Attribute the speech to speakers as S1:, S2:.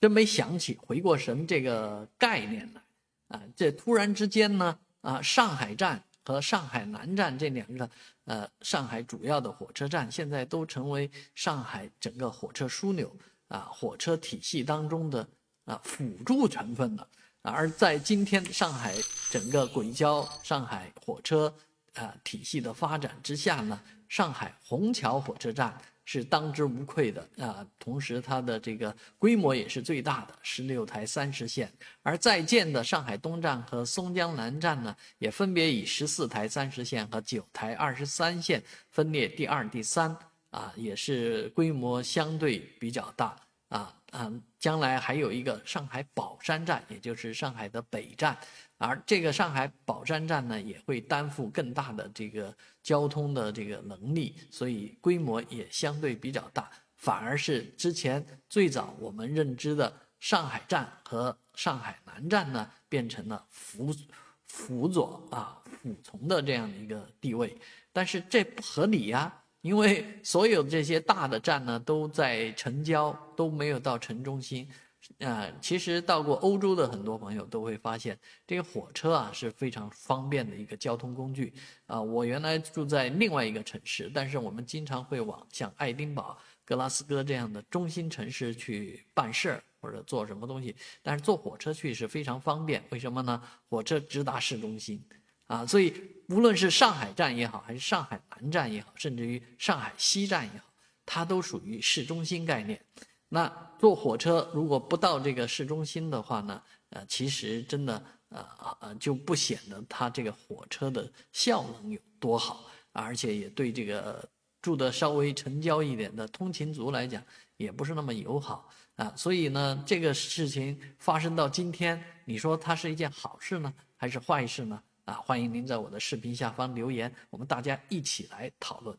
S1: 真没想起回过神这个概念来啊！这突然之间呢，啊，上海站和上海南站这两个呃上海主要的火车站，现在都成为上海整个火车枢纽啊火车体系当中的啊辅助成分了。啊而在今天上海整个轨交、上海火车啊、呃、体系的发展之下呢，上海虹桥火车站是当之无愧的啊、呃，同时它的这个规模也是最大的，十六台三十线。而在建的上海东站和松江南站呢，也分别以十四台三十线和九台二十三线分列第二、第三啊、呃，也是规模相对比较大啊。啊，将来还有一个上海宝山站，也就是上海的北站，而这个上海宝山站呢，也会担负更大的这个交通的这个能力，所以规模也相对比较大。反而是之前最早我们认知的上海站和上海南站呢，变成了辅辅佐啊辅从的这样的一个地位，但是这不合理呀、啊。因为所有这些大的站呢，都在城郊，都没有到城中心。啊、呃，其实到过欧洲的很多朋友都会发现，这个火车啊是非常方便的一个交通工具。啊、呃，我原来住在另外一个城市，但是我们经常会往像爱丁堡、格拉斯哥这样的中心城市去办事儿或者做什么东西，但是坐火车去是非常方便。为什么呢？火车直达市中心。啊，所以无论是上海站也好，还是上海南站也好，甚至于上海西站也好，它都属于市中心概念。那坐火车如果不到这个市中心的话呢，呃，其实真的呃呃就不显得它这个火车的效能有多好，而且也对这个住的稍微城郊一点的通勤族来讲，也不是那么友好啊。所以呢，这个事情发生到今天，你说它是一件好事呢，还是坏事呢？啊，欢迎您在我的视频下方留言，我们大家一起来讨论。